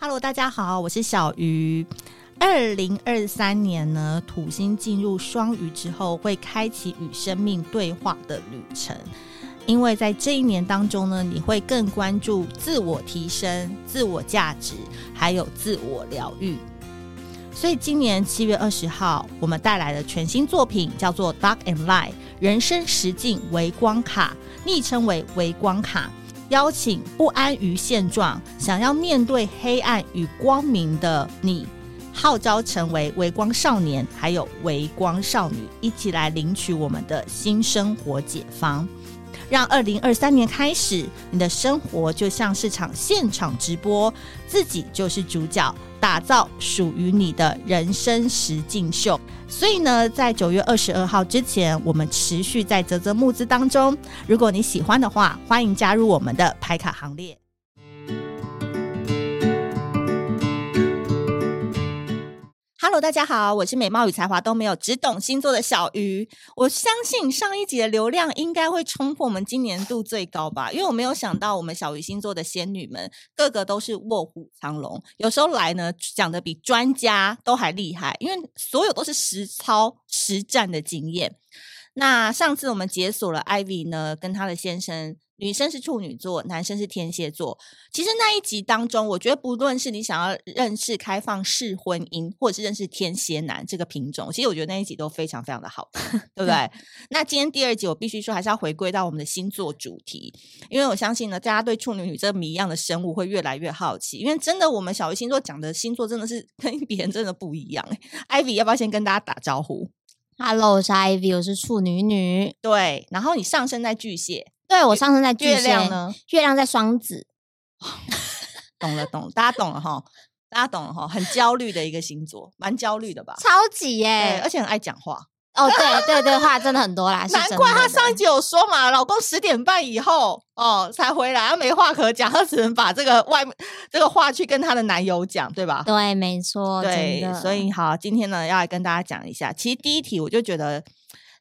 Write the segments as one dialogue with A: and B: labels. A: Hello，大家好，我是小鱼。二零二三年呢，土星进入双鱼之后，会开启与生命对话的旅程。因为在这一年当中呢，你会更关注自我提升、自我价值，还有自我疗愈。所以今年七月二十号，我们带来的全新作品叫做《Dark and Light》，人生实境微光卡，昵称为微光卡。邀请不安于现状、想要面对黑暗与光明的你，号召成为微光少年，还有微光少女，一起来领取我们的新生活解方。让二零二三年开始，你的生活就像是场现场直播，自己就是主角，打造属于你的人生实境秀。所以呢，在九月二十二号之前，我们持续在泽泽募资当中。如果你喜欢的话，欢迎加入我们的排卡行列。Hello，大家好，我是美貌与才华都没有，只懂星座的小鱼。我相信上一集的流量应该会冲破我们今年度最高吧，因为我没有想到我们小鱼星座的仙女们个个都是卧虎藏龙，有时候来呢讲的比专家都还厉害，因为所有都是实操实战的经验。那上次我们解锁了 Ivy 呢，跟她的先生，女生是处女座，男生是天蝎座。其实那一集当中，我觉得不论是你想要认识开放式婚姻，或者是认识天蝎男这个品种，其实我觉得那一集都非常非常的好， 对不对？那今天第二集，我必须说还是要回归到我们的星座主题，因为我相信呢，大家对处女女这谜一样的生物会越来越好奇，因为真的我们小鱼星座讲的星座真的是跟别人真的不一样、欸。Ivy 要不要先跟大家打招呼？
B: Hello，我是 Ivy，我是处女女。
A: 对，然后你上升在巨蟹，
B: 对我上升在巨
A: 月
B: 蟹
A: 亮呢？
B: 月亮在双子，
A: 懂了，懂了，大家懂了哈，大家懂了哈，很焦虑的一个星座，蛮焦虑的吧？
B: 超级耶、
A: 对，而且很爱讲话，
B: 哦，啊对对对，话真的很多哎啦，是
A: 难
B: 真
A: 怪
B: 的
A: 他上一集有说嘛，老公十点半以后哦才回来，他没话可讲，他只能把这个外这个话去跟他的男友讲，对吧？
B: 对，没错，
A: 对
B: 哦真，的
A: 所以好，今天呢要来跟大家讲一下。其实第一题我就觉得，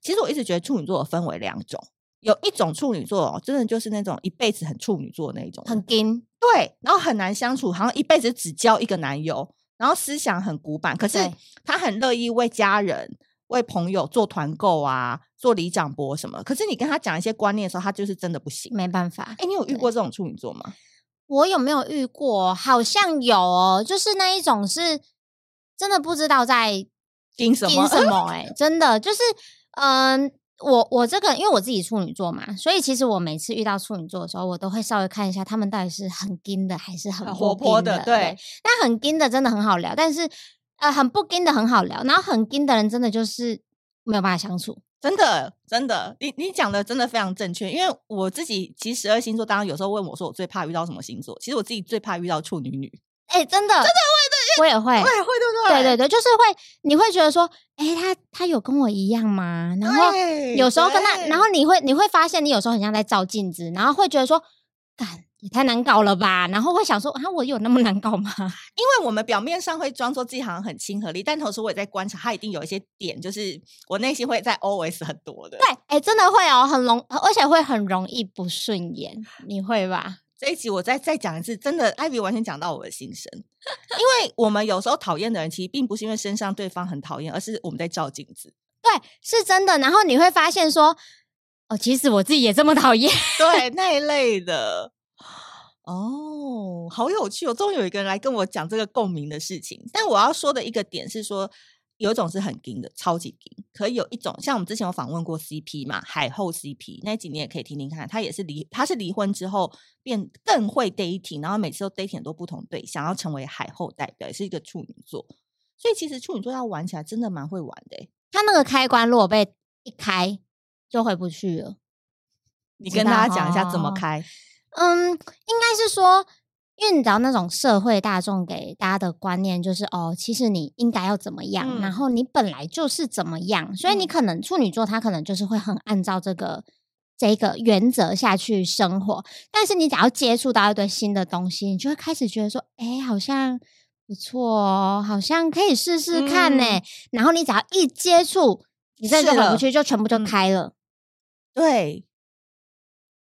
A: 其实我一直觉得处女座分为两种，有一种处女座哦，真的就是那种一辈子很处女座的那一种人，
B: 很金，
A: 对，然后很难相处，好像一辈子只交一个男友，然后思想很古板，可是
B: 对
A: 他很乐意为家人、为朋友做团购啊，做里长伯什么。可是你跟他讲一些观念的时候，他就是真的不行。
B: 没办法。
A: 哎，你有遇
B: 对
A: 过这种处女座吗？
B: 我有没有遇过？好像有哦，就是那一种是真的不知道在
A: 盯什么？
B: 盯什么、欸？哎，真的就是，嗯，我我这个因为我自己处女座嘛，所以其实我每次遇到处女座的时候，我都会稍微看一下他们到底是很盯的还是很
A: 很
B: 不
A: 活泼
B: 盯
A: 的
B: 的。
A: 对
B: 那很盯的真的很好聊，但是呃，很不盯的很好聊，然后很盯的人真的就是没有办法相处。
A: 真的，真的，你你讲的真的非常正确。因为我自己其实十二星座，当然有时候问我说我最怕遇到什么星座，其实我自己最怕遇到处女女。
B: 哎、真的，真的我也会，
A: 我也会对不
B: 对对对，就是会，你会觉得说，哎、他他有跟我一样吗？然后
A: 对
B: 有时候跟他，
A: 对
B: 然后你会你会发现，你有时候很像在照镜子，然后会觉得说，干也太难搞了吧，然后会想说，啊，我有那么难搞吗？
A: 因为我们表面上会装作自己好像很亲和力，但同时我也在观察，他一定有一些点，就是我内心会在 always 很多的。
B: 对，哎、真的会哦，很容，而且会很容易不顺眼，你会吧？
A: 这一集我再再讲一次，真的，艾比完全讲到我的心声，因为我们有时候讨厌的人，其实并不是因为身上对方很讨厌，而是我们在照镜子。
B: 对，是真的。然后你会发现说，哦，其实我自己也这么讨厌。
A: 对那一类的。哦，好有趣哦！终于有一个人来跟我讲这个共鸣的事情。但我要说的一个点是说，有一种是很硬的，超级硬；可以有一种像我们之前有访问过 CP 嘛，海后 CP 那一集你也可以听听看，他也是离他是离婚之后变更会 dating，然后每次都 dating 很多不同对象，要成为海后代表，也是一个处女座。所以其实处女座要玩起来真的蛮会玩的欸、
B: 他那个开关如果被一开，就回不去了。
A: 你
B: 知
A: 跟大家
B: 道
A: 讲一下怎么
B: 哦
A: 开。
B: 嗯，应该是说，因为你知道那种社会大众给大家的观念就是，哦，其实你应该要怎么样，
A: 嗯
B: 然后你本来就是怎么样，所以你
A: 嗯
B: 可能处女座他可能就是会很按照这个这个原则下去生活，但是你只要接触到一堆新的东西，你就会开始觉得说，哎，好像。不错哦，好像可以试试看呢、然后你只要一接触，你
A: 嗯
B: 这
A: 是嗯
B: 就回
A: 了
B: 不去，就全部就
A: 嗯
B: 开了。
A: 对，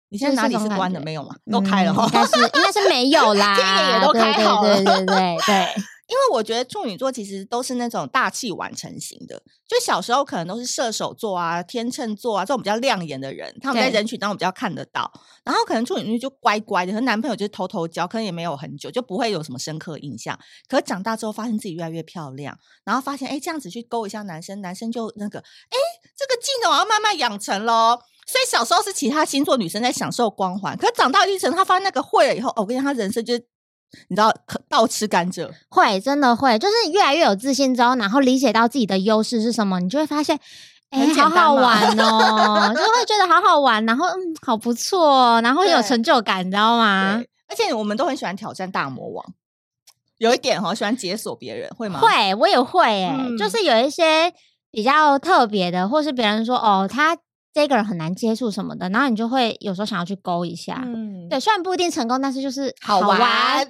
A: 你
B: 就
A: 现在哪
B: 这
A: 里
B: 种
A: 是
B: 感
A: 关的
B: 觉
A: 没有嘛？都开了哈哦
B: 嗯应。该是应该是没有 啦，
A: 天眼也都
B: 对
A: 开
B: 对
A: 好
B: 对对对对对，
A: 因为我觉得处女座其实都是那种大器晚成型的，就小时候可能都是射手座啊、天秤座啊这种比较亮眼的人，他们在
B: 对
A: 人群当中比较看得到。然后可能处女座就乖乖的，和男朋友就是偷偷交，可能也没有很久，就不会有什么深刻印象。可长大之后发现自己越来越漂亮，然后发现哎这样子去勾一下男生，男生就那个哎这个技能我要慢慢养成喽。所以小时候是其他星座女生在享受光环，可长大一层，她发现那个会了以后，哦我跟你讲，她人生就是你知道可倒吃甘蔗。
B: 会真的会，就是越来越有自信之后，然后理解到自己的优势是什么，你就会发现。哎、
A: 很简
B: 好
A: 单
B: 好
A: 嘛
B: 玩 哦，就会觉得好好玩，然后嗯，好不错哦，然后很有
A: 对
B: 成就感，你知道吗
A: 对？，而且我们都很喜欢挑战大魔王，有一点哦哈、喜欢解锁别人，会吗？。
B: 会，啊我也会、诶，就
A: 嗯
B: 是有一些比较特别的，或是别人说哦，他这个人很难接触什么的，然后你就会有时候想要去勾一下。
A: 嗯，
B: 对，虽然不一定成功，但是就是
A: 好
B: 玩，
A: 玩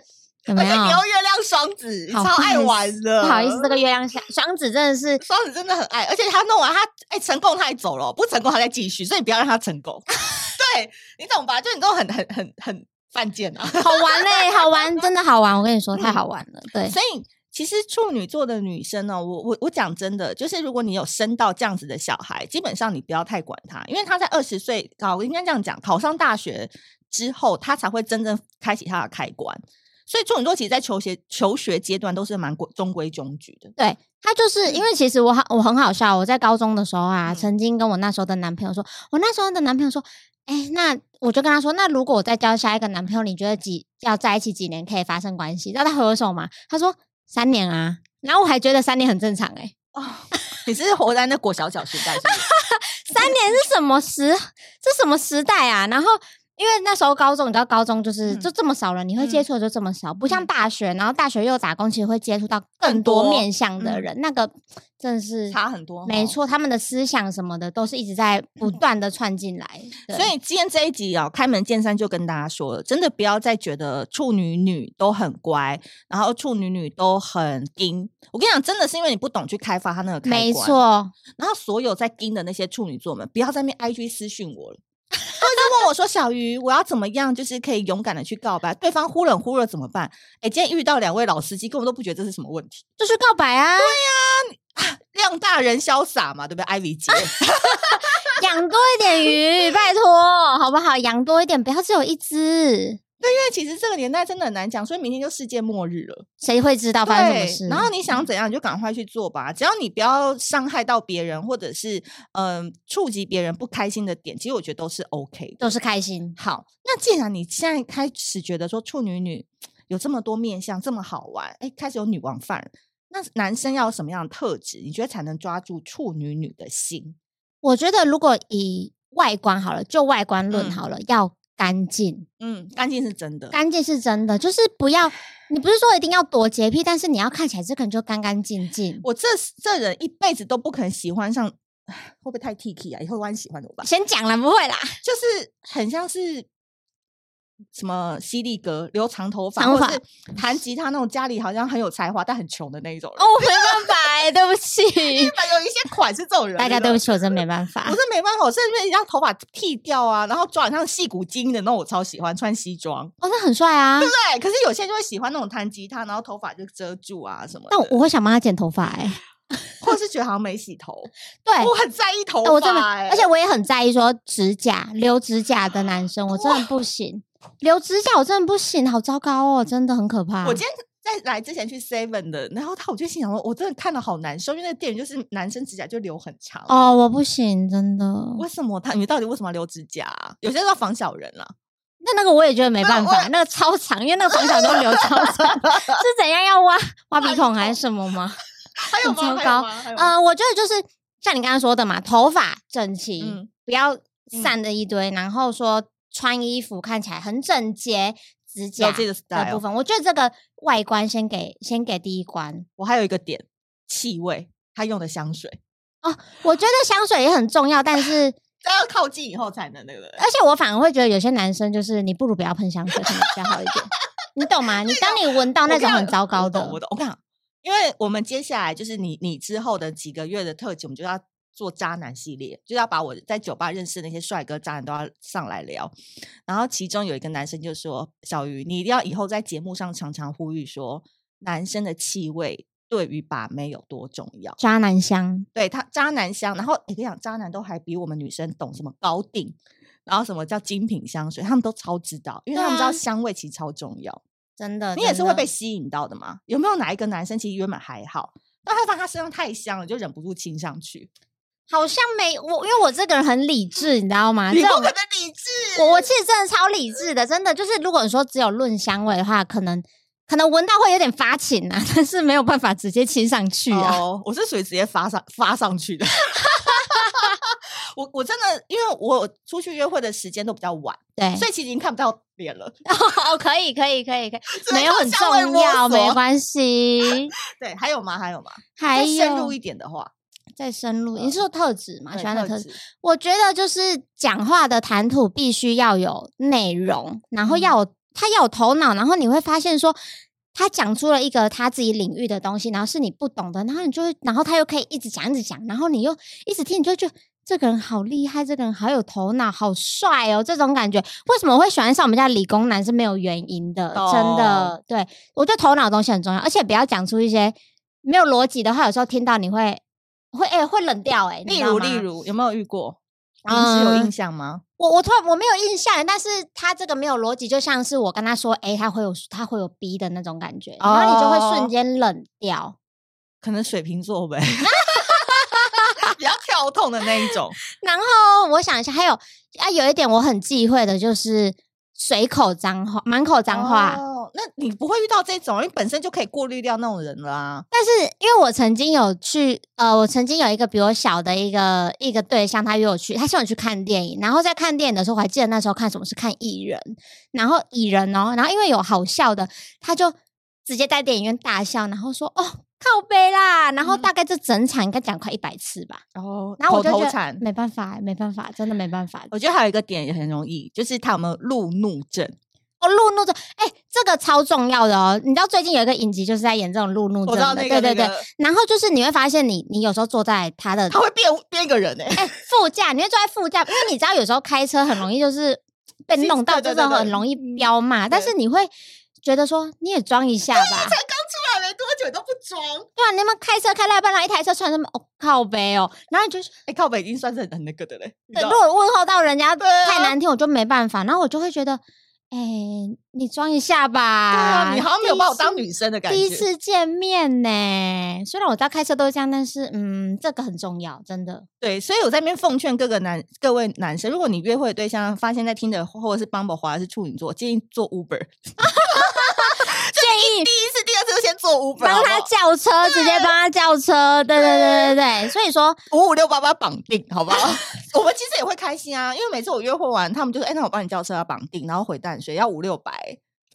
A: 而
B: 有没
A: 且
B: 有？
A: 你又月亮双子，
B: 好
A: 超爱
B: 意思
A: 玩的。
B: 不好意思，这个月亮双双子真的是
A: 双子真的很爱，而且他弄完他哎、成功他也走了，不成功他再继续，所以不要让他成功。 对你懂吧？就你这种很很很很犯贱啊。
B: 好玩嘞、好玩，真的好玩。我跟你说，太
A: 嗯
B: 好玩了。 对，
A: 所以其实处女座的女生呢、我我我讲真的，就是如果你有生到这样子的小孩，基本上你不要太管他，因为他在二十岁啊，我应该这样讲，考上大学之后，他才会真正开启他的开关。所以处女座其实，在求学求学阶段都是蛮规中规中矩的。
B: 对他就是因为其实我好我很好笑，我在高中的时候啊，
A: 嗯
B: 曾经跟我那时候的男朋友说，我那时候的男朋友说，哎、那我就跟他说，那如果我再交下一个男朋友，你觉得几要在一起几年可以发生关系？让他回我手嘛？他说三年啊，然后我还觉得三年很正常哎、
A: 你是活在那裹小脚时代是不是
B: 三年是什么时？这什么时代啊？然后。因为那时候高中，你知道高中就是、
A: 嗯
B: 就这么少人，你会接触的就这么少，不像
A: 嗯
B: 大学，然后大学又打工，其实会接触到
A: 更
B: 更
A: 多
B: 多面向的
A: 嗯
B: 人，那个真的是
A: 差哦很多，
B: 没。错，他们的思想什么的都是一直在不断的窜进来，对
A: 嗯所以今天这一集哦，开门见山就跟大家说了，真的不要再觉得处女女都很乖，然后处女女都很硬。我跟你讲，真的是因为你不懂去开发她那个开关。
B: 没。错，
A: 然后所有在硬的那些处女座们，不要在那边 IG 私讯我了。他们就问我说：“小鱼，我要怎么样，就是可以勇敢的去告白？对方忽冷忽热怎么办？”哎，今天遇到两位老司机，根本都不觉得这是什么问题。
B: 就是告白啊，
A: 量大人潇洒嘛，对不对？艾薇姐，
B: 养多一点鱼，拜托，好不好？养多一点，不要只有一只，
A: 因为其实这个年代真的很难讲，所以明天就世界末日了。
B: 谁会知道啊发生什么事？
A: 对，
B: 嗯
A: 然后你想怎样你就赶快去做吧，只要你不要伤害到别人，或者是嗯、触及别人不开心的点，其实我觉得都是 OK 的。
B: 都是开心，
A: 好，那既然你现在开始觉得说处女女有这么多面相，这么好玩，哎，开始有女王范儿，那男生要有什么样的特质，你觉得才能抓住处女女的心？
B: 我觉得如果以外观好了，就外观论
A: 嗯
B: 好了，要干净，
A: 嗯，干净是真的，
B: 干净是真的，就是不要。你不是说一定要多洁癖，但是你要看起来这个人就干干净净。
A: 我这这人一辈子都不可能喜欢上，会不会太 T K 啊？以后万一喜欢怎么办？
B: 先讲了，不会啦，
A: 就是很像是什么犀利哥留长头发，
B: 长
A: 或
B: 发
A: 者是弹吉他那种，家里好像很有才华但很穷的那一种人。
B: 哦，没办法、欸，对不起
A: 日，本有一些款是这种人，
B: 大家
A: 你知道
B: 对
A: 吗
B: 不起，我真没办 法
A: 我。是没办法，我甚至让头发剃掉啊，然后抓很像戏骨精的那种，我超喜欢穿西装。
B: 哦，那很帅啊！
A: 对，可是有些人就会喜欢那种弹吉他，然后头发就遮住啊什么的。
B: 但我我会想帮他剪头发哎、
A: 或是觉得好像没洗头，
B: 对，
A: 我很在意头
B: 哎我真的，
A: 发、欸，
B: 而且我也很在意说指甲留指甲的男生，我真的不行，留指甲我真的不行，好糟糕哦，真的很可怕。
A: 欸我今天在来之前去 Seven 的，然后他我就心想说，我真的看了好难受，因为那个店员就是男生指甲就留很长。
B: 哦，我不行，真的。
A: 为什么他？你到底为什么要留指甲、啊？有些人要防小人啊啦、
B: 那那个我也觉得没办法，那个超长，因为那个从小都留超 长，是怎样要挖挖鼻孔还是什么吗？
A: 还有吗？
B: 很
A: 还有
B: 糟糕
A: 吗？还有吗
B: 呃，我觉得就是像你刚刚说的嘛，头发整齐，
A: 嗯
B: 不要散的一堆，然后说穿衣服看起来很整洁，指甲
A: 有自己的
B: 的部
A: style。
B: 分，我觉得这个外观先给先给第一关。
A: 我还有一个点，气味，他用的香水，
B: 我觉得香水也很重要，但 是
A: 这要靠近以后才能那个。
B: 而且我反而会觉得有些男生就是你不如不要喷香水，可能比较好一点。你懂吗？你当你闻到
A: 我
B: 那
A: 跟
B: 种
A: 你
B: 很
A: 讲
B: 糟糕
A: 我
B: 的
A: 懂，我懂。我跟你讲，因为我们接下来就是你你之后的几个月的特辑，我们就要做渣男系列，就要把我在酒吧认识的那些帅哥渣男都要上来聊。然后其中有一个男生就说：“小鱼，你一定要以后在节目上常常呼吁说，男生的气味对于把妹有多重要。
B: 渣男香，
A: 对他渣男香，然后诶我跟你讲，渣男都还比我们女生懂什么高定，然后什么叫精品香水，他们都超知道，因为
B: 对
A: 他们知道
B: 啊
A: 香味其实超重要。
B: 真的，
A: 你也
B: 真
A: 是会
B: 的
A: 被吸引到的嘛？有没有哪一个男生其实原本还好，但他发现他身上太香了，就忍不住亲上去？
B: 好像没我，因为我这个人很理智，你知道吗？这种
A: 理智
B: 我我其实真的超理智的，真的就是如果你说只有论香味的话，可能可能闻到会有点发情啊，但是没有办法直接亲上去啊。
A: 哦，我是属于直接发上发上去的。 我我真的因为我出去约会的时间都比较晚，
B: 对，
A: 所以其实已经看不到脸了。
B: 哦，可以可以可以可以，
A: 只能
B: 没有
A: 靠
B: 很
A: 香味
B: 重
A: 摸
B: 要，没
A: 索
B: 关系。
A: 对，还有吗？还有吗？
B: 还
A: 再
B: 有
A: 深入一点的话，
B: 再深入，
A: 呃
B: 你是说特质吗？
A: 对
B: 喜欢的特质，
A: 质
B: 我觉得就是讲话的谈吐必须要有内容，然
A: 嗯
B: 后要有他要有头脑，然后你会发现说。他讲出了一个他自己领域的东西，然后是你不懂的，然后你就会，然后他又可以一直讲，一直讲，然后你又一直听，你就觉得这个人好厉害，这个人好有头脑，好帅哦，这种感觉。为什么我会喜欢上我们家理工男是没有原因的，真的。对我觉得头脑的东西很重要，而且不要讲出一些没有逻辑的话，有时候听到你会会哎、会冷掉哎、你
A: 例
B: 知道
A: 如
B: 吗
A: 例如有没有遇过？你是有印
B: 嗯
A: 象吗？
B: 我我突然我没有印象，但是他这个没有逻辑，就像是我跟他说 A，他会有他会有 B 的那种感觉，然后你就会
A: 哦
B: 瞬间冷掉。
A: 可能水瓶座 呗，比较跳痛的那一种。
B: 然后我想一下，还有啊，有一点我很忌讳的就是随口脏话，满口 脏话。
A: 哦，那你不会遇到这种，你本身就可以过滤掉那种人了啊。
B: 但是因为我曾经有去，呃，我曾经有一个比我小的一个一个对象，他约我去，他希望我去看电影。然后在看电影的时候，我还记得那时候看什么是看艺人，然后艺人哦，然后因为有好笑的，他就直接在电影院大笑，然后说哦靠背啦，然后大概这整场应该讲快一百次吧。
A: 哦，
B: 然后我就
A: 口
B: 觉嗯
A: 头
B: 得
A: 禅。
B: 没办法，没办法，真的没办法。
A: 我觉得还有一个点也很容易，就是他有没有路怒症？
B: 哦，路怒症，哎、这个超重要的哦。你知道最近有一个影集就是在演这种路怒
A: 我
B: 症
A: 知道
B: 的，
A: 那
B: 对
A: 个，
B: 对对。
A: 那个
B: 然后就是你会发现你，你有时候坐在他的
A: 他会变变一个人哎、
B: 哎、副驾，你会坐在副驾，因为你知道有时候开车很容易就是被
A: 是
B: 弄到，
A: 对对
B: 就
A: 对
B: 是
A: 对嗯
B: 很容易飙嘛。但
A: 对
B: 是你会觉得说，你也装一下吧，
A: 出来没多久都不装，
B: 对啊，你们开车开到一半，然后一台车穿什么哦靠背哦，然后你就是
A: 哎、靠北已经算是很很那个的嘞。你知
B: 如
A: 道
B: 果问候到人家
A: 对啊
B: 太难听，我就没办法，然后我就会觉得，哎、你装一下吧，
A: 对啊，你好像没有把我当
B: 第一次。
A: 女生的感觉。
B: 第一次见面呢，虽然我知道开车都是这样，但是嗯，这个很重要，真的。
A: 对，所以我在那边奉劝各个男各位男生，如果你约会的对象发现在听的或者是 Bumble 滑的是处女座，建议做 Uber。
B: 建议
A: 第一次、第二次就先做 Uber，
B: 帮他叫车，直接帮他叫车，对对对对对，所以说
A: 五五六八八绑定，好 不好？我们其实也会开心啊，因为每次我约会完，他们就说：“哎、那我帮你叫车要绑定，然后回淡水要五六百，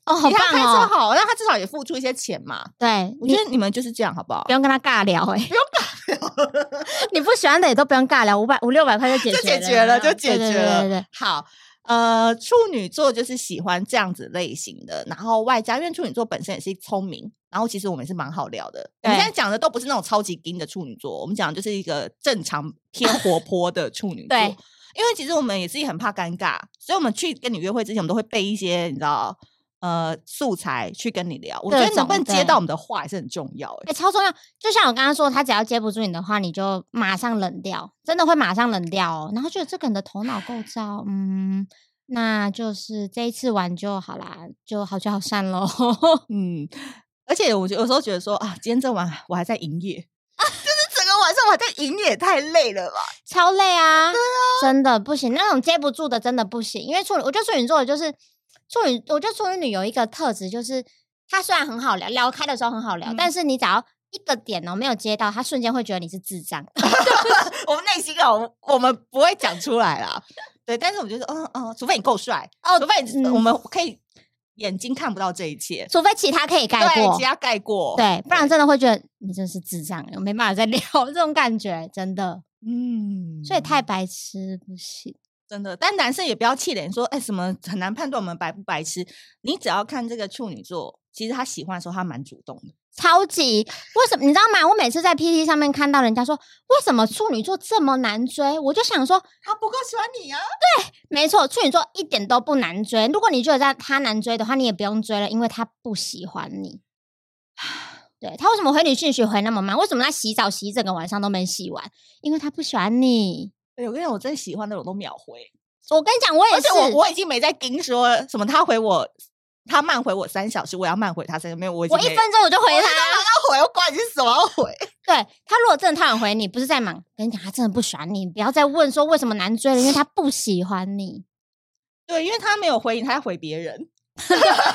B: 哦，好
A: 比他开
B: 棒
A: 车
B: 哦，
A: 好，让他至少也付出一些钱嘛。”
B: 对，
A: 我
B: 你
A: 觉得你们就是这样，好不好
B: 不？用跟他尬聊，哎，
A: 欸
B: 不用尬聊，你 不喜欢的也都不用尬聊，五百五六百块就解
A: 就
B: 决
A: 解决了，就
B: 对
A: 解
B: 对
A: 决
B: 对
A: 了。
B: 对对，
A: 好，呃，处女座就是喜欢这样子类型的，然后外加因为处女座本身也是聪明，然后其实我们也是蛮好聊的。我们
B: 对
A: 现在讲的都不是那种超级硬的处女座，我们讲的就是一个正常偏活泼的处 女座。
B: 对
A: 因为其实我们也是很怕尴尬，所以我们去跟你约会之前，我们都会备一些你知道呃素材去跟你聊。我觉
B: 各
A: 得能不
B: 种
A: 能接
B: 对
A: 到我们的话也是很重要、欸。
B: 哎，超重要。就像我刚刚说，他只要接不住你的话，你就马上冷掉，真的会马上冷掉哦。然后觉得这个人的头脑构造，嗯，那就是这一次玩就好啦，就好聚好散喽。
A: 嗯，而且我觉有时候觉得说啊，今天这晚我还在营业， 就是整个晚上我还在营业，也太累了吧？
B: 超累啊！对啊，真的不行，那种接不住的真的不行。因为处女，我觉得处女座的就是处女，我觉得处女女有一个特质，就是她虽然很好聊，聊开的时候很好聊，
A: 嗯
B: 但是你只要一个点哦没有接到，她瞬间会觉得你是智障。
A: 我们内心啊，我们我们不会讲出来啦。对，但是我觉得，嗯嗯，除非你够帅，
B: 哦
A: 除非你
B: 嗯
A: 我们可以眼睛看不到这一切，
B: 除非其他可以盖
A: 对，
B: 过
A: 其，他盖过，，
B: 对，不然真的会觉得你真是智障，我没 办法再聊这种感觉，真的。
A: 嗯，
B: 所以太白痴不行。
A: 真的，但男生也不要气馁，说哎、什么很难判断我们白不白痴。你只要看这个处女座，其实他喜欢的时候他蛮主动的，
B: 超级为什么你知道吗？我每次在 PT 上面看到人家说为什么处女座这么难追，我就想说，
A: 他不够喜欢你啊。
B: 没错，处女座一点都不难追。如果你觉得在他难追的话，你也不用追了，因为他不喜欢你。 对他为什么回你讯息回那么慢？为什么他洗澡洗一整个晚上都没洗完？因为他不喜欢你。
A: 哎我跟你讲，我真喜欢的我都秒回，
B: 我跟你讲，我也
A: 而
B: 是
A: 且，我我已经没在盯说什么他回我，他慢回我三小时，我要慢回他三小时，没有我已经
B: 我一
A: 没
B: 分钟我就回他。
A: 要回，我管你是什么要回。
B: 对他如果真的太晚回你，不是在忙，跟你讲，他真的不喜欢你，不要再问说为什么难追了，因为他不喜欢你。
A: 对，因为他没有回你，他在回别人。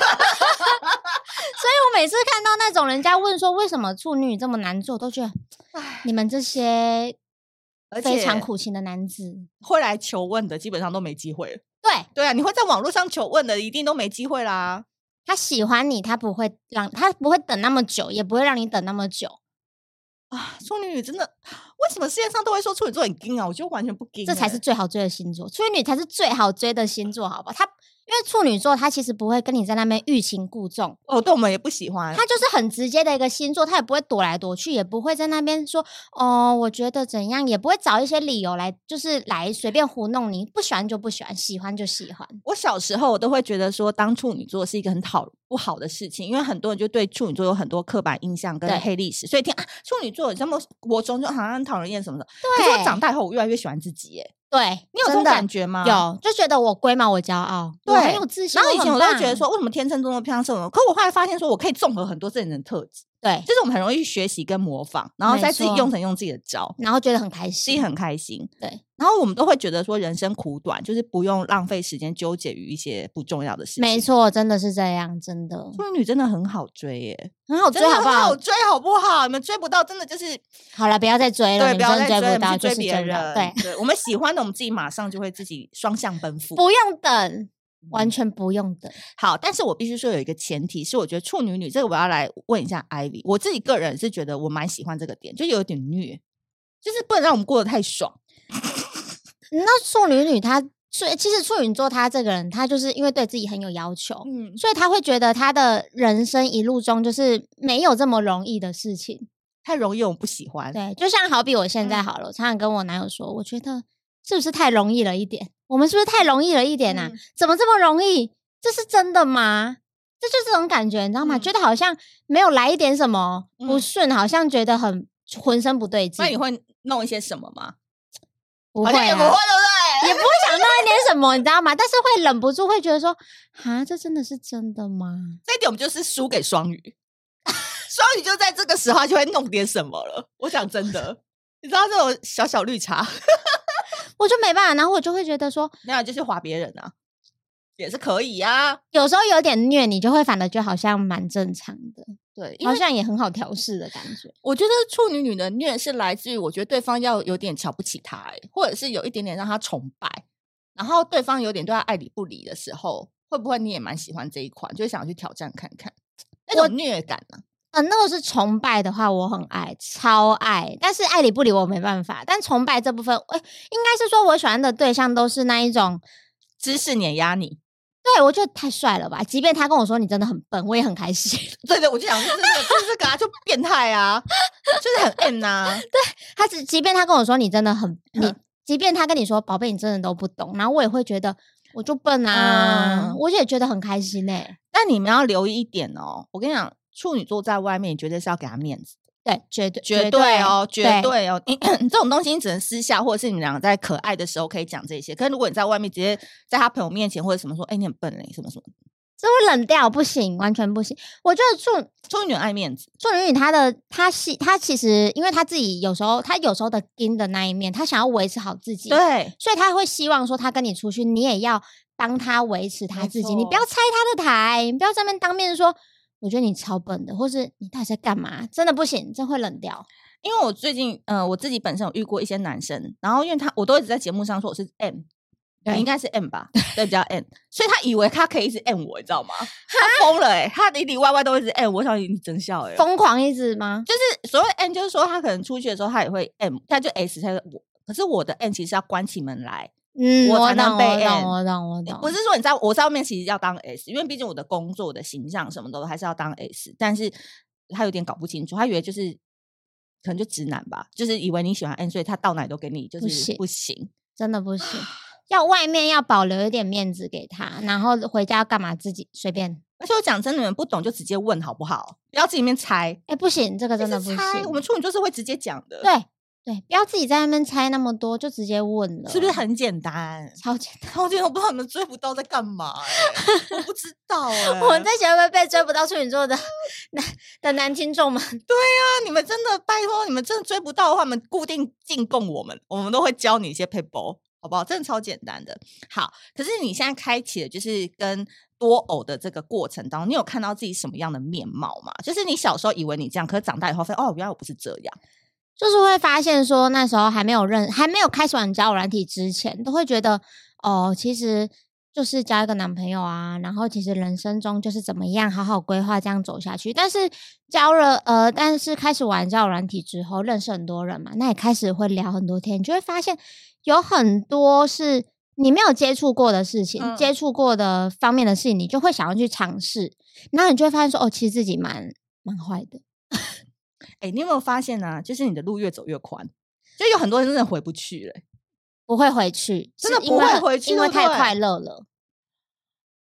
B: 我每次看到那种人家问说为什么处女这么难做，都觉得
A: 唉，
B: 你们这些
A: 而
B: 非常
A: 且
B: 苦情的男子，
A: 会来求问的基本上都没机会了。
B: 对
A: 对啊，你会在网络上求问的，一定都没机会啦。
B: 他喜欢你，他不会让他不会等那么久，也不会让你等那么久，
A: 啊，处女真的，为什么世界上都会说处女座很硬啊？我就完全不硬、欸
B: 这才是最好追的星座。处女才是最好追的星座，好吧？他因为处女座，他其实不会跟你在那边欲擒故纵，
A: 哦，对我们也不喜欢。
B: 他就是很直接的一个星座，他也不会躲来躲去，也不会在那边说哦，我觉得怎样，也不会找一些理由来，就是来随便糊弄你。不喜欢就不喜欢，喜欢就喜欢。
A: 我小时候我都会觉得说，当处女座是一个很讨不好的事情，因为很多人就对处女座有很多刻板印象跟
B: 对
A: 黑历史，所以听啊处女座这么国中就好像很讨人厌什么的。可
B: 对，
A: 是我长大以后，我越来越喜欢自己、耶，
B: 对
A: 你有这
B: 真
A: 种
B: 的
A: 感觉吗？。
B: 有，就觉得我龟毛，我骄傲，我
A: 对
B: 很有自信。
A: 然后以前
B: 很
A: 我都会觉得
B: 棒
A: 说，为什么天秤座那么偏向射手？可我后来发现说，我可以综合很多这人的特质，
B: 对，
A: 就是我们很容易去学习跟模仿，然后
B: 没
A: 再自己
B: 错
A: 用成用自己的招。
B: 然后觉得很开
A: 自己
B: 心。
A: 很开心，
B: 对。
A: 然后我们都会觉得说人生苦短，就是不用浪费时间纠结于一些不重要的事情。
B: 没，错，真的是这样，真的
A: 处女真的很好追耶，
B: 很好追，
A: 真的
B: 好
A: 很
B: 不好
A: 好？追，好不好？你们追不到，真的就是
B: 好了，不要再追了，
A: 对，
B: 你
A: 不
B: 们
A: 要
B: 真的
A: 再追，
B: 追不
A: 我们
B: 到，
A: 去
B: 就
A: 追
B: 是
A: 别
B: 真
A: 人。
B: 的，对，
A: 对，我们喜欢的，我们自己马上就会自己双向奔赴。
B: 不用
A: 嗯
B: 等，完全不用等。
A: 好，但是我必须说有一个前提是，我觉得处女女这个我要来问一下 Ivy，我自己个人是觉得我蛮喜欢这个点，就有点虐，就是不能让我们过得太爽。
B: 那处女女她，所以其实处女座她这个人，她就是因为对自己很有要求，
A: 嗯，
B: 所以她会觉得她的人生一路中就是没有这么容易的事情。
A: 太容易我不喜欢。
B: 对，就像好比我现在
A: 嗯
B: 好了，我常常跟我男友说，我觉得是不是太容易了一点？我们是不是太容易了一点啊？
A: 嗯
B: 怎么这么容易？这是真的吗？这就是这种感觉，你知道吗？
A: 嗯
B: 觉得好像没有来一点什么不
A: 嗯
B: 顺，好像觉得很浑身不对劲
A: 那。你会弄一些什么吗？
B: 不
A: 好
B: 会、
A: 像也
B: 啊，
A: 不会，对不对？
B: 也不会想到一点什么，你知道吗？但是会忍不住会觉得说，啊，这真的是真的吗？
A: 这一点我们就是输给双鱼， 双鱼就在这个时候他就会弄点什么了。我想真的，你知道这种小小绿茶，
B: 我就没办法，然后我就会觉得说，
A: 没有就是划别人啊，也是可以啊。
B: 有时候有点虐，你就会反而就好像蛮正常的，
A: 对，因
B: 好
A: 为
B: 像也很好调试的感觉。
A: 我觉得处女女的虐是来自于我觉得对方要有点瞧不起他、欸，或者是有一点点让他崇拜，然后对方有点对他爱理不理的时候，会不会你也蛮喜欢这一款，就想要去挑战看看那
B: 我
A: 种虐感啊？
B: 嗯，那个是崇拜的话，我很爱，超爱。但是爱理不理我没办法。但崇拜这部分，哎、应该是说我喜欢的对象都是那一种，
A: 知识碾压你，
B: 对我觉得太帅了吧。即便他跟我说你真的很笨，我也很开心。
A: 对对，我就想说就是这个就是这个啊，就变态啊，就是 很 M 呐、
B: 他只即便他跟我说你真的很你
A: 嗯，
B: 即便他跟你说宝贝你真的都不懂，然后我也会觉得我就笨啊，
A: 嗯
B: 我也觉得很开心欸呢、
A: 但你们要留意一点哦，我跟你讲，处女座在外面，你绝对是要给他面子，
B: 对，绝对
A: 绝对哦，绝
B: 对
A: 对哦。 你这种东西，你只能私下或者是你们两个在可爱的时候可以讲这些。可是如果你在外面直接在他朋友面前或者什么说，哎、你很笨嘞、什么什么，
B: 这会冷掉，不行，完全不行。我觉得处
A: 处女很爱面子，
B: 处女女她的她是她其实因为她自己有时候她有时候的硬的那一面，她想要维持好自己，
A: 对，
B: 所以她会希望说她跟你出去，你也要帮她维持她
A: 没
B: 自己，你不
A: 错
B: 要拆她的台，你不要在那边当面说。我觉得你超笨的，或是你到底在干嘛？真的不行，这会冷掉。
A: 因为我最近，呃，我自己本身有遇过一些男生，然后因为他，我都一直在节目上说我是 M，
B: 对
A: 你应该是 M 吧，对，比较 M，所以他以为他可以一直 M 我，你知道吗？他疯了哎、他里里外外都一直 M，我想你真笑哎、
B: 疯狂一直吗？
A: 就是所谓 N，就是说他可能出去的时候他也会 M，他就 S，他就我。可是我的 N 其实要关起门来，
B: 嗯，
A: 我
B: 我
A: 才能
B: 懂，
A: 被
B: 我
A: N
B: 懂，我懂，我懂。
A: 不是说你在我在外面其实要当 S，因为毕竟我的工作的形象什么的我还是要当 S，但是他有点搞不清楚，他以为就是可能就直男吧，就是以为你喜欢 N，所以他到哪里都给你就是
B: 不行
A: 不行。
B: 真的不行，
A: 啊
B: 要外面要保留一点面子给他，然后回家要干嘛自己随便。
A: 而且我讲真的，你们不懂就直接问好不好？不要自己面猜，
B: 哎、不行，这个真的
A: 就
B: 不
A: 是
B: 行。
A: 猜。我们处女座是会直接讲的，，
B: 对对，不要自己在那边猜那么多，就直接问了，
A: 是不是很简单？
B: 超简单？
A: 然后我觉得我不知道你们追不到在干嘛、欸，我不知道哎、
B: 我在想会不会被追不到处女座的 男的男听众们？
A: 那你们真的拜托，你们真的追不到的话，你们固定进贡我们，我们都会教你一些 p a p e 好不好？真的超简单的。好，可是你现在开启了就是跟多偶的这个过程当中，你有看到自己什么样的面貌吗？就是你小时候以为你这样，可是长大以后发现，哦，原来我不是这样。
B: 就是会发现说，那时候还没有认，还没有开始玩交友软体之前，都会觉得哦，其实就是交一个男朋友啊，然后其实人生中就是怎么样好好规划这样走下去。但是交了呃，但是开始玩交友软体之后，认识很多人嘛，那也开始会聊很多天，你就会发现有很多是你没有接触过的事情，
A: 嗯
B: 接触过的方面的事情，你就会想要去尝试，然后你就会发现说，哦，其实自己蛮蛮坏的。
A: 哎，你有没有发现呢、就是你的路越走越宽，就有很多人真的回不去了、
B: 不会回去，
A: 真
B: 是
A: 的
B: 因
A: 不
B: 为
A: 会
B: 很
A: 回去
B: 因为
A: 对不
B: 太
A: 对
B: 快乐了，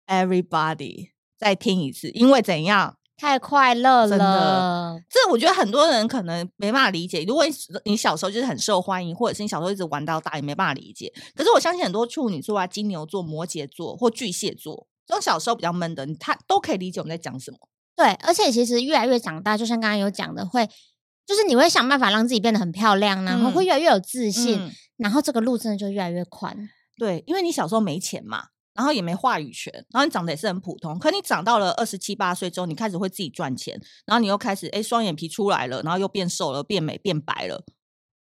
A: Everybody，再听一次，因为怎样？
B: 太快乐
A: 真的
B: 了。
A: 这我觉得很多人可能没办法理解。如果你你小时候就是很受欢迎，或者是你小时候一直玩到大，也没办法理解。可是我相信很多处女座啊、金牛座、摩羯座或巨蟹座，这种小时候比较闷的，你他都可以理解我们在讲什么。
B: 对，而且其实越来越长大，就像刚刚有讲的，会就是你会想办法让自己变得很漂亮，然后会
A: 嗯
B: 越来越有自信，
A: 嗯
B: 然后这个路真的就越来越宽。
A: 对，因为你小时候没钱嘛，然后也没话语权，然后你长得也是很普通。可你长到了二十七八岁之后，你开始会自己赚钱，然后你又开始哎双眼皮出来了，然后又变瘦了、变美、变白了，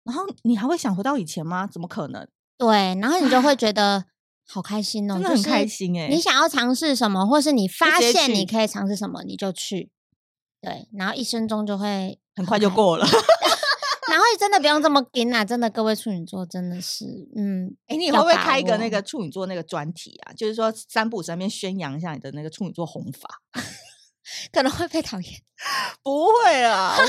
A: 然后你还会想回到以前吗？怎么可能？
B: 对，然后你就会觉得好开心哦，
A: 真的
B: 就
A: 很开
B: 是
A: 心哎、
B: 你想要尝试什么，或是你发
A: 直接
B: 现
A: 去
B: 你可以尝试什么，你就去。对，然后一生中就会
A: 很快就
B: 嗨
A: 过了。
B: 然后真的不用这么紧啊！真的，各位处女座真的是，嗯，
A: 哎、你会
B: 要
A: 不会
B: 把
A: 开一个那
B: 握
A: 个处女座那个专题啊？就是说三不五时在那边宣扬一下你的那个处女座红法？
B: 可能会被讨厌。
A: 不会啦， 我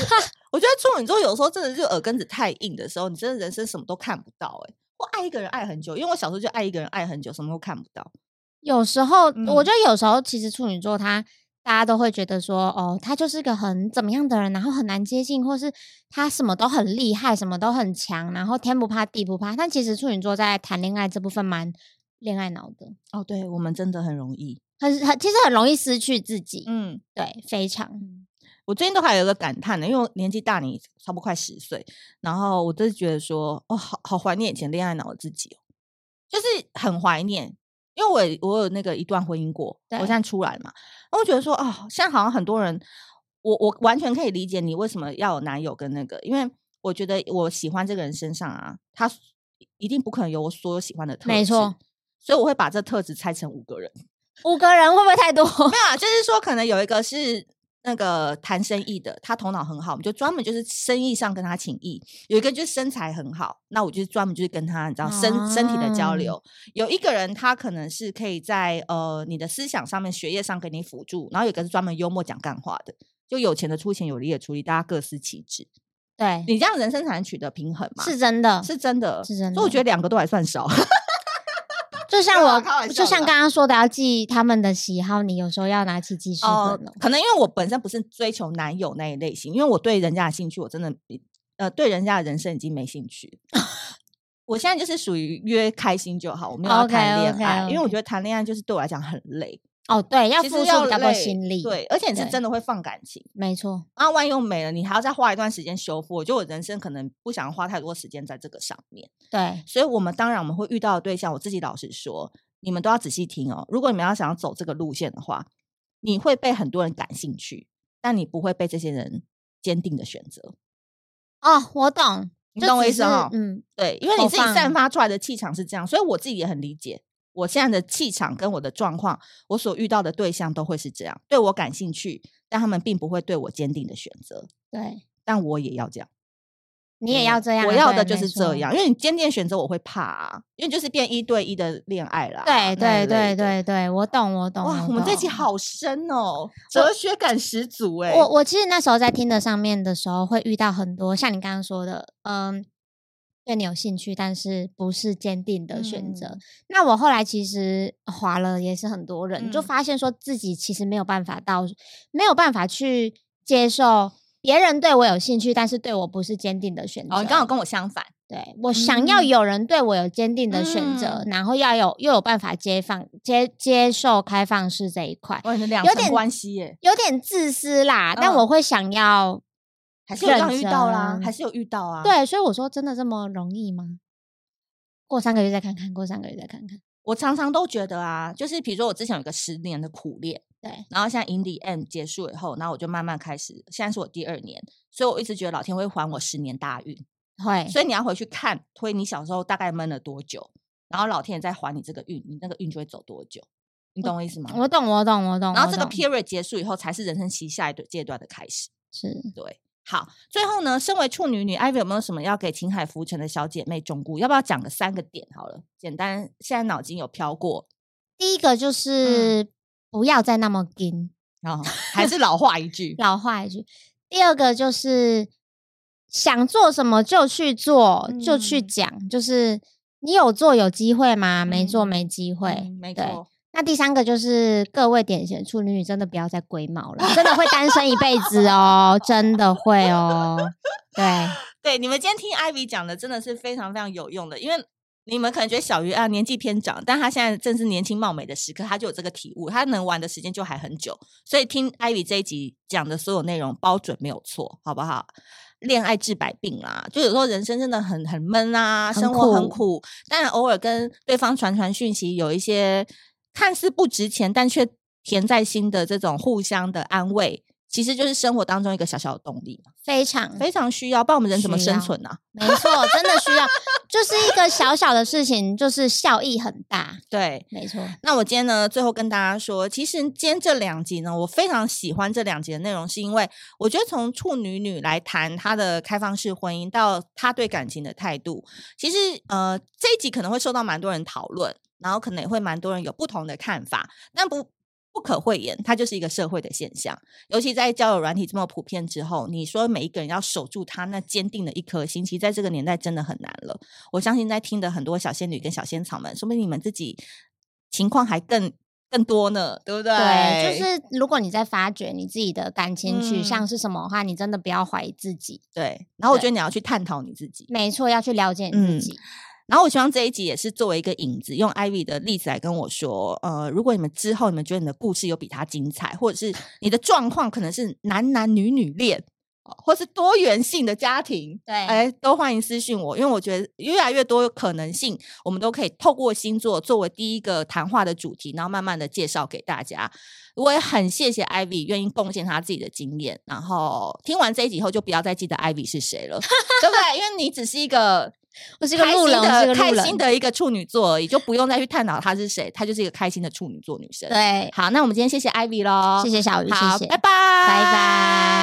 A: 我觉得处女座有时候真的就耳根子太硬的时候，你真的人生什么都看不到、欸。哎，我爱一个人爱很久，因为我小时候就爱一个人爱很久，什么都看不到。
B: 有时候，我
A: 嗯
B: 觉得有时候其实处女座他大家都会觉得说，哦，他就是个很怎么样的人，然后很难接近，或是他什么都很厉害，什么都很强，然后天不怕地不怕。但其实处女座在谈恋爱这部分蛮恋爱脑的，
A: 哦，对，我们真的很容易。
B: 很很其实很容易失去自己。
A: 嗯，
B: 对，非常。
A: 我最近都还有一个感叹呢，因为我年纪大你差不多快十岁，然后我就是觉得说，哦，好好怀念以前恋爱脑的自己哦，就是很怀念，因为我也我有那个一段婚姻过，我
B: 对
A: 现在出来了嘛，然后我觉得说，哦，现在好像很多人，我我完全可以理解你为什么要有男友跟那个，因为我觉得我喜欢这个人身上啊，他一定不可能有我所有喜欢的特质，
B: 没错，
A: 所以我会把这特质拆成五个人。
B: 五个人会不会太多？
A: 没有啊，就是说可能有一个是那个谈生意的，他头脑很好，我们就专门就是生意上跟他请益；有一个就是身材很好，那我就是专门就是跟他你知道身、身体的交
B: 啊
A: 流。有一个人他可能是可以在呃你的思想上面、学业上给你辅助，然后有一个是专门幽默讲干话的。就有钱的出钱，有力的出力，大家各司其职。
B: 对，
A: 你这样人生才能取得平衡嘛？
B: 是真的，
A: 是真的，
B: 是真
A: 所以我
B: 的
A: 觉得两个都还算少。
B: 就像
A: 没有啊开
B: 我，
A: 玩
B: 就
A: 笑的
B: 像
A: 啦
B: 刚刚说的，要记他们的喜好，你有时候要拿起记事本
A: 哦
B: 了。，
A: 可能因为我本身不是追求男友那一类型，因为我对人家的兴趣，我真的呃对人家的人生已经没兴趣。 我现在就是属于约开心就好，我没有要谈恋
B: OK，OK，
A: 爱因为我
B: OK
A: 觉得谈恋爱就是对我来讲很累，
B: 哦，对，要
A: 其
B: 付
A: 实
B: 出比
A: 要
B: 较多
A: 累
B: 心力。，
A: 对，而且你是
B: 对
A: 真的会放感情。
B: 没错，
A: 啊，万一又没了，你还要再花一段时间修复。我觉得我人生可能不想花太多时间在这个上面。
B: 对，
A: 所以我们当然我们会遇到的对象，我自己老实说，你们都要仔细听哦。如果你们要想要走这个路线的话，你会被很多人感兴趣，但你不会被这些人坚定的选择。
B: 哦，我懂，
A: 你
B: 就
A: 懂我
B: 只
A: 意思哦
B: 是嗯，
A: 对，因为
B: 投
A: 你自己散
B: 放
A: 发出来的气场是这样，所以我自己也很理解。我现在的气场跟我的状况，我所遇到的对象都会是这样，对我感兴趣，但他们并不会对我坚定的选择，
B: 对，
A: 但我也要这样。
B: 你也要这样啊，
A: 我要的
B: 对
A: 就是这。样，因为你渐渐选择我会怕啊，因为就是变一对一的恋爱啦。那一
B: 没错对对
A: 类的。
B: 对对对，我懂我懂。
A: 哇，我们这期
B: 懂。
A: 好深哦，哲学感十足哎、
B: 我我其实那时候在听的上面的时候，会遇到很多像你刚刚说的，嗯，对你有兴趣，但是不是坚定的选择。
A: 嗯
B: 那我后来其实划了也是很多人，就
A: 嗯
B: 发现说自己其实没有办法到，没有办法去接受别人对我有兴趣，但是对我不是坚定的选择。
A: 哦，你刚好跟我相反，
B: 对我想要
A: 嗯
B: 有人对我有坚定的选择，然后要有又有办法接放接接受开放式这一块。
A: 哇，你们两
B: 有
A: 层
B: 点
A: 关系耶、
B: 有点自私啦，但
A: 嗯
B: 我会想要
A: 还是有这样
B: 认
A: 遇到啦，
B: 真
A: 还是有遇到啊。，
B: 对，所以我说真的这么容易吗？过三个月再看看，过三个月再看看。
A: 我常常都觉得啊，就是比如说我之前有一个十年的苦恋，
B: 对，
A: 然后现在 in the end 结束以后，然后我就慢慢开始，现在是我第二年，所以我一直觉得老天会还我十年大运。
B: 会，
A: 所以你要回去看，推你小时候大概闷了多久，然后老天爷再还你这个运，你那个运就会走多久，你懂我意思吗？
B: 我懂，我懂，我懂。
A: 然后
B: 我
A: 这个
B: 懂
A: period 结束以后，才是人生期下一个阶段的开始。
B: 是
A: 对，好，最后呢，身为处女女，Ivy 有没有什么要给秦海浮沉的小姐妹忠顾？要不要讲个三个点好了？简单，现在脑筋有飘过，
B: 第一个
A: 嗯
B: 就是不要再那么紧，
A: 然后啊还是老话一句，
B: 老话一句。第二个就是想做什么就去做，就去
A: 嗯
B: 讲，就是你有做有机会吗？没做
A: 嗯
B: 没机 会。
A: 嗯没
B: 对
A: 错，
B: 那第三个就是各位典型的处女女，真的不要再龟毛了，真的会单身一辈子哦，真的会哦。 对，
A: 对，你们今天听 Ivy 讲的真的是非常非常有用的，因为你们可能觉得小鱼啊年纪偏长，但她现在正是年轻貌美的时刻，她就有这个体悟，她能玩的时间就还很久，所以听 Ivy 这一集讲的所有内容包准没有错，好不好？恋爱治百病啦，就有时候人生真的很很闷啊，
B: 很
A: 生活很
B: 苦
A: 苦，但偶尔跟对方传传讯息，有一些看似不值钱，但却甜在心的这种互相的安慰，其实就是生活当中一个小小的动力嘛，
B: 非常
A: 非常需要，不然我们人怎么
B: 嗯需
A: 生
B: 要
A: 存啊？
B: 没错，真的需要，就是一个小小的事情，就是效益很大。
A: 对，
B: 没错，
A: 那我今天呢，最后跟大家说，其实今天这两集呢，我非常喜欢这两集的内容，是因为我觉得从处女女来谈她的开放式婚姻，到她对感情的态度，其实呃这一集可能会受到蛮多人讨论，然后可能也会蛮多人有不同的看法，但不。不可讳言，它就是一个社会的现象。尤其在交友软体这么普遍之后，你说每一个人要守住他那坚定的一颗心，其实在这个年代真的很难了。我相信在听的很多小仙女跟小仙草们，说不定你们自己情况还更更多呢，对不对？
B: 对，就是如果你在发掘你自己的感情取
A: 嗯
B: 向是什么的话，你真的不要怀疑自己。
A: 对。然后我
B: 对
A: 觉得你要去探讨你自己。
B: 没错，要去了解你
A: 嗯
B: 自己。
A: 然后我希望这一集也是作为一个引子，用 Ivy 的例子来跟我说，呃，如果你们之后你们觉得你的故事有比他精彩，或者是你的状况可能是男男女女恋，哦或是多元性的家庭，
B: 对，
A: 哎，都欢迎私信我，因为我觉得越来越多可能性，我们都可以透过星座作为第一个谈话的主题，然后慢慢的介绍给大家。我也很谢谢 Ivy 愿意贡献她自己的经验，然后听完这一集以后就不要再记得 Ivy 是谁了，对不对？因为你只是一个
B: 我是个
A: 开
B: 路
A: 心
B: 人，我是个
A: 的开
B: 路
A: 心
B: 人。
A: 的一个处女座而已，就不用再去探讨她是谁，她就是一个开心的处女座女生。
B: 对，
A: 哎好，那我们今天谢谢 Ivy 喽，
B: 谢谢小鱼，
A: 好，
B: 谢谢，
A: 拜拜，
B: 拜
A: 拜
B: 拜。